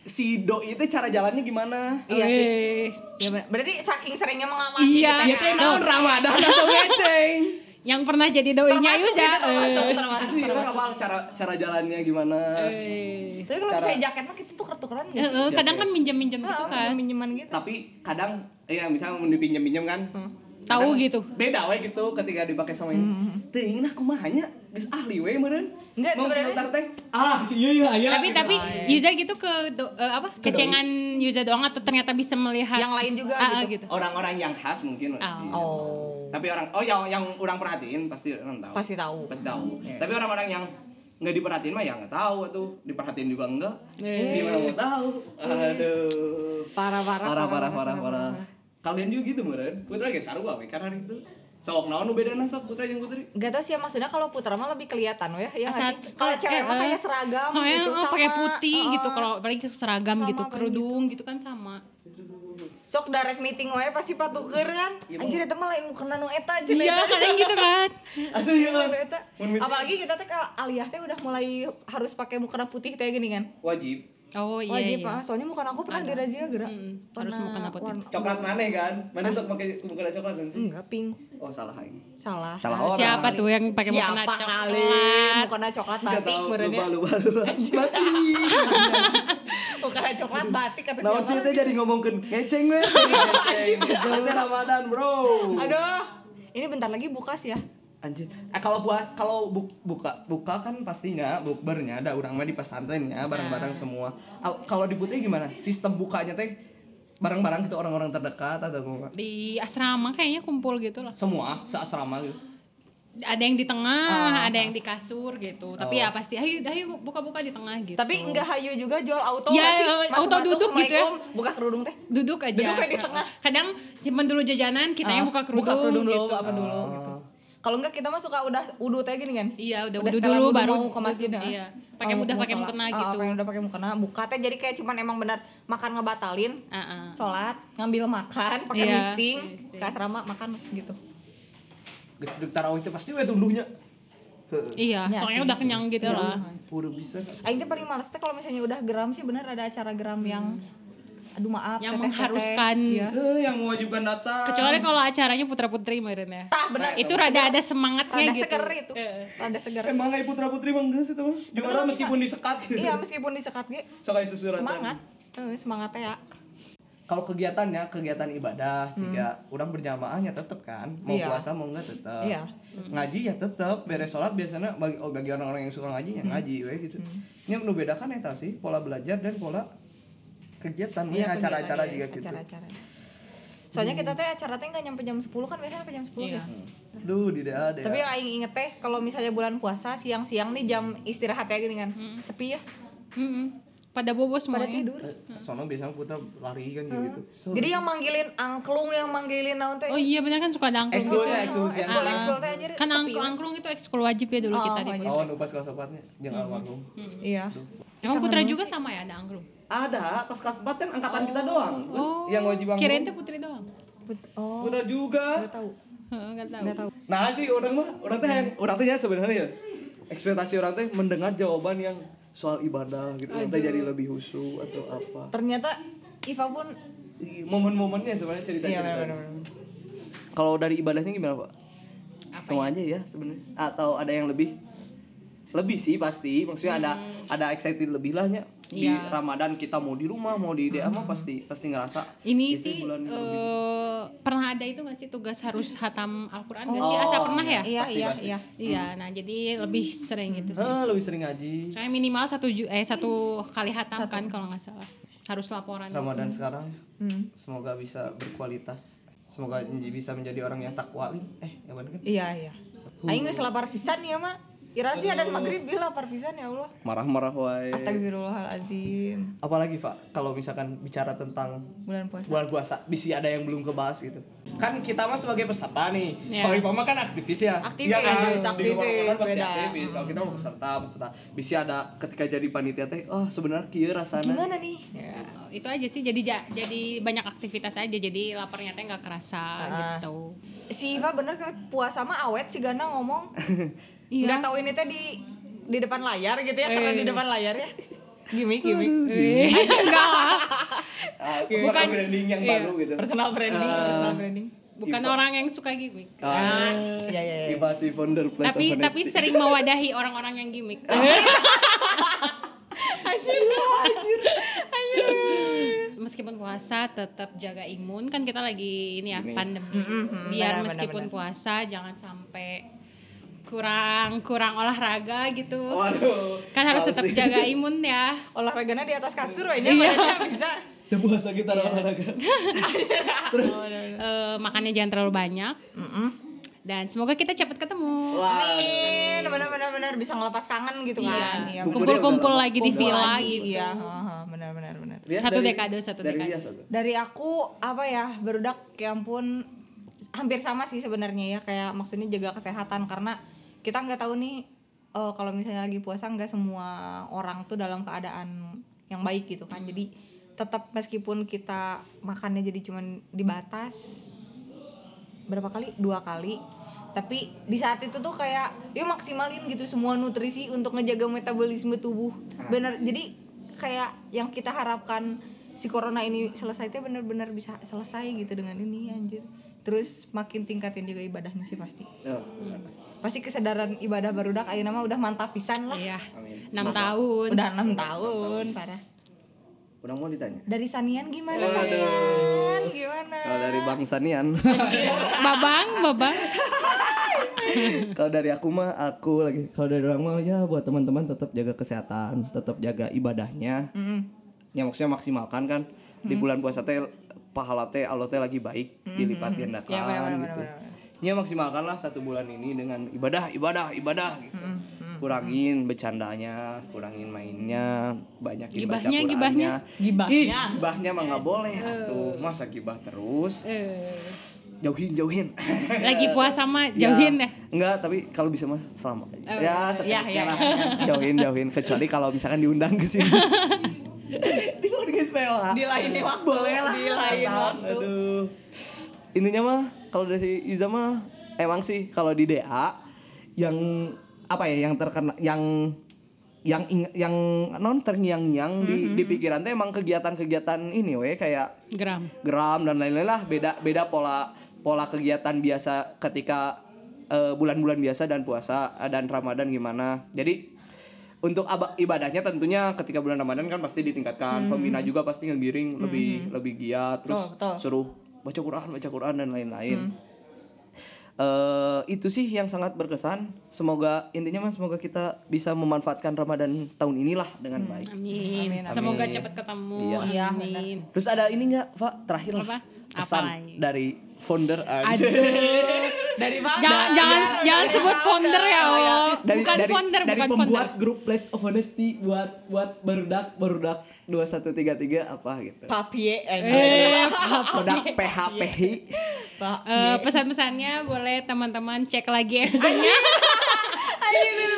si doi itu cara jalannya gimana. Iya sih. Weh. Ya, bener. berarti saking seringnya mengamati gitu Iya. Iya kan. teh naon Ramadan atau ngeceng. Yang pernah jadi doinya Termasuk Yuza. itu, termasuk, Eh. termasuk, Asli orang termasuk. hafal cara cara jalannya gimana. Eh. Tapi kalau Cara- misalnya jaket mah kita tuker-tukeran Eh, gitu. eh, kadang kan minjem-minjem gitu kan. Minjeman gitu. tapi kadang ya misalnya mau dipinjam pinjam kan Tahu kadang gitu. Hmm. beda we gitu ketika dipakai sama ini teh ingin aku mah hanya geus ahli we meureun Enggak, Mau sebenarnya- komentar teh ah si ieu ieu Iya, aya tapi tapi Yuza gitu ke do- eh, apa kecengan Yuza doang atau ternyata bisa melihat Yang lain juga Ah, ah, gitu. gitu. orang-orang yang khas mungkin Iya. Oh. tapi orang oh yang yang orang perhatiin pasti orang tahu Pasti tahu. pasti tahu Iya. tapi orang-orang yang nggak diperhatiin mah ya nggak tahu tuh diperhatiin juga enggak Iya. gimana mau tahu aduh Parah, parah, parah parah parah parah kalian juga gitu meren putra ge sarua we kan hari itu sok naon nu bedana sok putra jeung putri Gak tau sih ya maksudnya kalau putra mah lebih kelihatan ya, ya nggak Saat- sih? Kalau cewek mah eh, eh. kayak seragam soalnya gitu eh, pakai sama. putih Eh, gitu eh. kalau paling seragam Sama gitu paling kerudung gitu. kan sama Sok direct meeting wae pasti patuker kan. Iya, Anjir eta mah lain mukena nu eta aja iya eta. kadang gitu kan Asli ya Nu Kan, eta. Apalagi kita teh kalau aliyah teh udah mulai harus pakai mukena putih teh gini kan. Wajib. oh iya Wajib iya ah, soalnya mukena aku pernah dirazia geura. Mm, harus mukena putih. Coklat mana kan? Mana sok pakai kumpulan coklat kan sih? Enggak pink. Oh salah aing. Salah. Salah orang. siapa tuh yang pakai mukena Siapa kali coklat? mukena coklat Nggak batik tahu, merenya. lupa lupa lupa. Batik. Mukena coklat batik kata Naon sih siapa? teh jadi ngomongkeun ngeceng we. Ngeceng. Teh Ramadan, Bro. Aduh, ini bentar lagi bukas ya. Anjir. Eh kalau buat kalau bu- buka buka kan pastinya bukbernya ada orang mah di pesantrennya Nah. barang-barang semua. Au- Kalau di putri gimana? Sistem bukanya teh barang-barang gitu orang-orang terdekat atau gimana? di asrama kayaknya kumpul gitu lah Semua seasrama gitu. ada yang Ah. di tengah ada yang di kasur gitu Oh. tapi ya pasti ayo ayo buka-buka di tengah gitu Tapi enggak hayu juga jual auto Ya, nggak sih? auto duduk gitu ya. Assalamualaikum, Buka kerudung teh. duduk aja Duduk aja di tengah. kadang simpen dulu jajanan kita yang buka Ah, kerudung, Buka kerudung dulu, gitu. apa dulu gitu. Kalau enggak kita mah suka udah udu teh gini kan? Iya, udah udah wudu setelah dulu, wudu baru mau ke masjid. duduk, ah. iya. Pakai Mau udah mau pakai sholat. mukena Ah, gitu. pakai udah pakai mukena, buka teh jadi kayak cuman emang benar makan ngebatalin. Ah, ah. Sholat, ngambil makan, pakai Iya. misting, ke asrama makan gitu. geus deuk tarawih teh pasti we tunduhnya. Heeh. Iya, Ya soalnya sih. udah kenyang gitu lah. Udah bisa. Kak. Aing Ah, teh paling males teh kalau misalnya udah geram sih bener ada acara geram yang aduh maaf Hmm. Yang teteh-teteh. mengharuskan. Iya. Eh, yang mewajibkan datang. Kecuali kalau acaranya putra-putri meren ya. Tah bener. Itu rada ada semangatnya Iya. rada gitu. seger itu. Rada seger. Emang kayak putra putri mah geus eta mah. Juara meskipun disekat gitu. Iya meskipun disekat ge Sok aya susuratan. semangat. Eh, semangat teh ya. Kalau kegiatannya, kegiatan ibadah, jika udang berjamaahnya tetap kan, mau Hmm. Iya. puasa mau enggak tetap, Iya. ngaji ya tetap, beres sholat biasanya bagi oh, bagi orang-orang yang suka ngaji Hmm. ya ngaji, we gitu. Ini yang nu bedakan eta sih pola belajar dan pola kegiatan, we, Iya, acara-acara kegiatan, juga iya, gitu. Acara-acara. Soalnya kita teh acara teh nggak nyampe jam 10 kan biasanya sampai jam 10 Iya. gitu. Duh, tidak ada. Tapi yang aing inget teh kalau misalnya bulan puasa siang-siang nih jam istirahat ya gini kan. Hmm. Sepi ya, Mm-mm. Pada bobo pada semuanya. Iya. tidur. Soalnya biasanya putra lari kan kayak gitu. So, Jadi yang manggilin angklung yang manggilin naon teh. Oh iya bener kan suka ada angklung Ekskul gitu. Hmm. ya, ekskul sih. ekskul ekskul teh anjir. Kan sepi, angklung, we. angklung itu ekskul wajib ya dulu Oh, kita di. wajib. Oh, nu pas kelas opatnya, jeung Hmm. almarhum. Iya. Emang putra juga sama ya ada angklung. Ada, pas kelas 4 kan angkatan kita doang. Oh. Yang wajib bangun. Kirain tuh putri doang. Put- Oh, Putra juga. enggak tahu. Heeh, Enggak tahu. Enggak tahu. Nah sih orang mah, orang teh yang orang teh ya sebenarnya ya. Ekspektasi orang teh mendengar jawaban yang soal ibadah gitu, orang teh jadi lebih husu atau apa. Ternyata Iva pun Ih, Momen-momennya sebenarnya iya cerita-cerita. benar-benar. Kalau dari ibadahnya gimana pak? Sama aja ya sebenarnya. Atau ada yang lebih? Lebih sih pasti. Maksudnya ada ada excited lebih lahnya. Di Iya. Ramadan kita mau di rumah, mau di DA mah pasti pasti ngerasa. Ini itu sih bulan yang lebih. eh, pernah ada itu gak sih tugas harus hatam Al-Quran gak sih? Asa pernah ya? Iya, Pasti, iya, pasti. iya. Iya, nah jadi lebih sering itu Iya sih. Ah, lebih sering ngaji. Soalnya minimal satu ju- eh satu kali hatam kan kalau nggak salah. Harus laporan. Ramadan sekarang semoga bisa berkualitas semoga menj- bisa menjadi orang yang takwa Lin. eh ya bener kan Iya, iya. Aing geus lapar pisan ya, Mak. Irasi dan maghrib dia lapar pisan ya Allah. marah-marah wae Astagfirullahalazim. apalagi Pak kalau misalkan bicara tentang Bulan puasa. bulan puasa bisa ada yang belum kebahas gitu kan kita mah sebagai peserta nih Iya. kalau Ipama kan aktivis ya Aktivis, Iya kan? di aktivis, kemana-mana pasti beda. aktivis kalau kita mau peserta peserta bisa ada ketika jadi panitia teh oh sebenarnya kieu rasana Gimana nih? Ya. Oh, itu aja sih jadi ja- jadi banyak aktivitas aja jadi laparnya teh nggak kerasa gitu. Si Iva bener kan puasa mah awet si Gana ngomong. Iya. Eh. Enggak tahu ini teh di di depan layar gitu ya karena di depan layar ya. Gimik, gimik. Iya. Enggak lah. Ah, personal Bukan- branding yang iya. baru gitu Personal branding, Eh. personal branding. Bukan orang yang suka gitu. gimmick. ah, Iya, iya, iya. Iva si founder Place tapi of tapi Honesty. sering mewadahi orang-orang yang gimmick. Anjir, anjir. meskipun puasa tetap jaga imun kan kita lagi ini ya Ini. pandemi. Mm-mm, benar, Biar benar, meskipun benar. puasa jangan sampai kurang kurang olahraga gitu. waduh Kan harus Langsing. tetap jaga imun ya. Olahragana di atas kasur Iya. kayaknya badannya bisa. Ya puasa kita olahraga. Eh, makannya jangan terlalu banyak. Dan semoga kita cepat ketemu. Amin, benar-benar benar bisa ngelepas kangen gitu kan. Iya. Iya. Kumpul udah Kumpul-kumpul lama. lagi di Kumpul villa lagi, gitu. Iya, benar-benar benar. Satu dekade, satu dari dekade. Rias apa? Dari aku apa ya, berudak ya ampun hampir sama sih sebenarnya ya kayak maksudnya jaga kesehatan karena kita nggak tahu nih eh, kalau misalnya lagi puasa nggak semua orang tuh dalam keadaan yang baik gitu kan. Jadi tetap meskipun kita makannya jadi cuman dibatas berapa kali dua kali tapi di saat itu tuh kayak yuk maksimalin gitu semua nutrisi untuk ngejaga metabolisme tubuh bener jadi kayak yang kita harapkan si corona ini selesai itu bener-bener bisa selesai gitu dengan ini anjir terus makin tingkatin juga ibadahnya sih pasti Oh, Hmm. benar, Mas. pasti kesadaran ibadah barudak ayeuna mah udah mantap pisan lah Iya. Amin. 6 tahun. udah enam tahun parah Orang mau ditanya. dari Sanian gimana Sanian gimana Kalau dari Bang Sanian, Babang, babang. kalau dari aku mah aku lagi. Kalau dari orang mah ya buat teman-teman tetap jaga kesehatan, tetap jaga ibadahnya. Ya maksudnya maksimalkan kan di bulan puasa teh pahala teh Allah teh lagi baik dilipat Iya, gandakan gitu. Ya maksimalkanlah satu bulan ini dengan ibadah, ibadah, ibadah gitu. Kurangin bercandanya, kurangin mainnya, banyakin baca Gibahnya, Qur'annya. gibahnya. Gibahnya. Ih, gibahnya mah nggak boleh atuh. Masa gibah terus? Eh, Jauhin, jauhin. eh, lagi puasa mah jauhin ya. deh. Enggak, tapi kalau bisa mas selama. ya, iya, seterusnya iya. lah. Jauhin, jauhin. Kecuali kalau misalkan diundang ke sini. di podcast PLA. Di lain waktu, Boleh lah. di lain Mantap. waktu. Aduh. Intinya mah, kalau dari si Iza mah emang sih kalau di DA yang apa ya yang terkena yang yang ing- yang non terngiang-ngiang di, di Mm-hmm. pikiran tuh emang kegiatan-kegiatan ini weh kayak Gram. gram dan lain-lain lah beda beda pola pola kegiatan biasa ketika eh, bulan-bulan biasa dan puasa eh, dan Ramadan gimana. Jadi untuk aba- ibadahnya tentunya ketika bulan Ramadan kan pasti ditingkatkan, pembina juga pasti ngegiring lebih lebih giat terus Hmm. Betul, Hmm. betul. suruh baca Quran, baca Quran dan lain-lain. Eh itu sih yang sangat berkesan. Semoga intinya mas semoga kita bisa memanfaatkan Ramadan tahun inilah dengan Hmm. baik. Amin. Semoga cepat ketemu. Iya, Amin. Terus ada ini nggak, Pak? Terakhir lah. Apa? Pesan Apa lagi? dari founder aja. Dari Nah, mana? Jangan jangan jangan sebut founder ya, Allah. iya. Oh, dari, Bukan dari, founder, dari bukan founder. pembuat grup Place of Honesty buat buat berudak berudak 2133 apa gitu. Papie anjing. Eh, Produk PHPHI. eh, Iya. Papie. pesan-pesannya boleh teman-teman cek lagi episode-nya.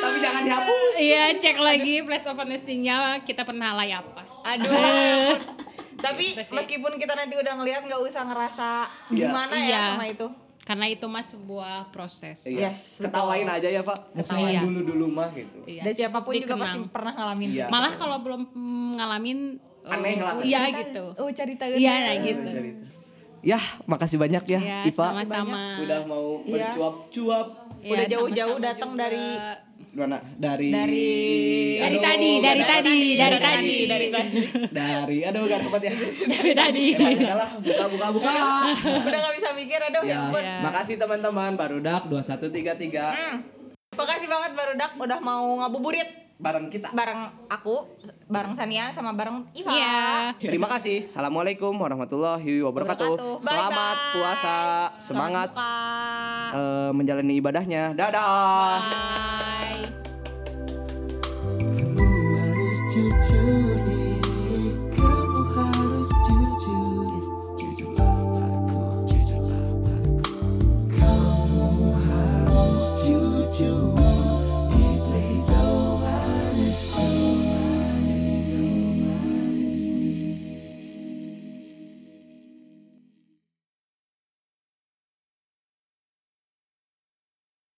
Tapi jangan dihapus. Iya, cek lagi place of honesty-nya kita pernah alay apa. Aduh. Tapi Iya, meskipun kita nanti udah ngelihat nggak usah ngerasa Iya. gimana ya Iya. sama itu. Karena itu mas sebuah proses. Iya. Yes, Ketawain aja ya, Pak. Ketawain Iya. dulu-dulu mah gitu. Iya, Dan siapapun juga dikenang. pasti pernah ngalamin. Iya. Malah kalau belum mm, ngalamin eh, Aneh lah. Iya Cerita- gitu. Oh, cari tahu. Iya nah, gitu. Ya, makasih banyak ya, Iya, Iva. sama-sama. Udah mau Iya. bercuap-cuap. Iya, Udah jauh-jauh sama-sama datang juga. dari- Mana? Dari Dari dari Aduh, tadi, dari dari tadi, dari tadi, dari tadi. dari aduh gak dapat ya. dari tadi. Emang lah, buka buka buka. udah nggak bisa mikir aduh ya Ya, ampun. Iya. makasih teman-teman Barudak 2133 Hmm. Makasih banget Barudak udah mau ngabuburit bareng kita. bareng aku, bareng Sania sama bareng Iva. Iya. Terima kasih. Assalamualaikum warahmatullahi wabarakatuh. Wabarakatuh. Selamat Bye-bye. puasa, semangat Buka. eh, menjalani ibadahnya. Dadah. Bye. harus jujur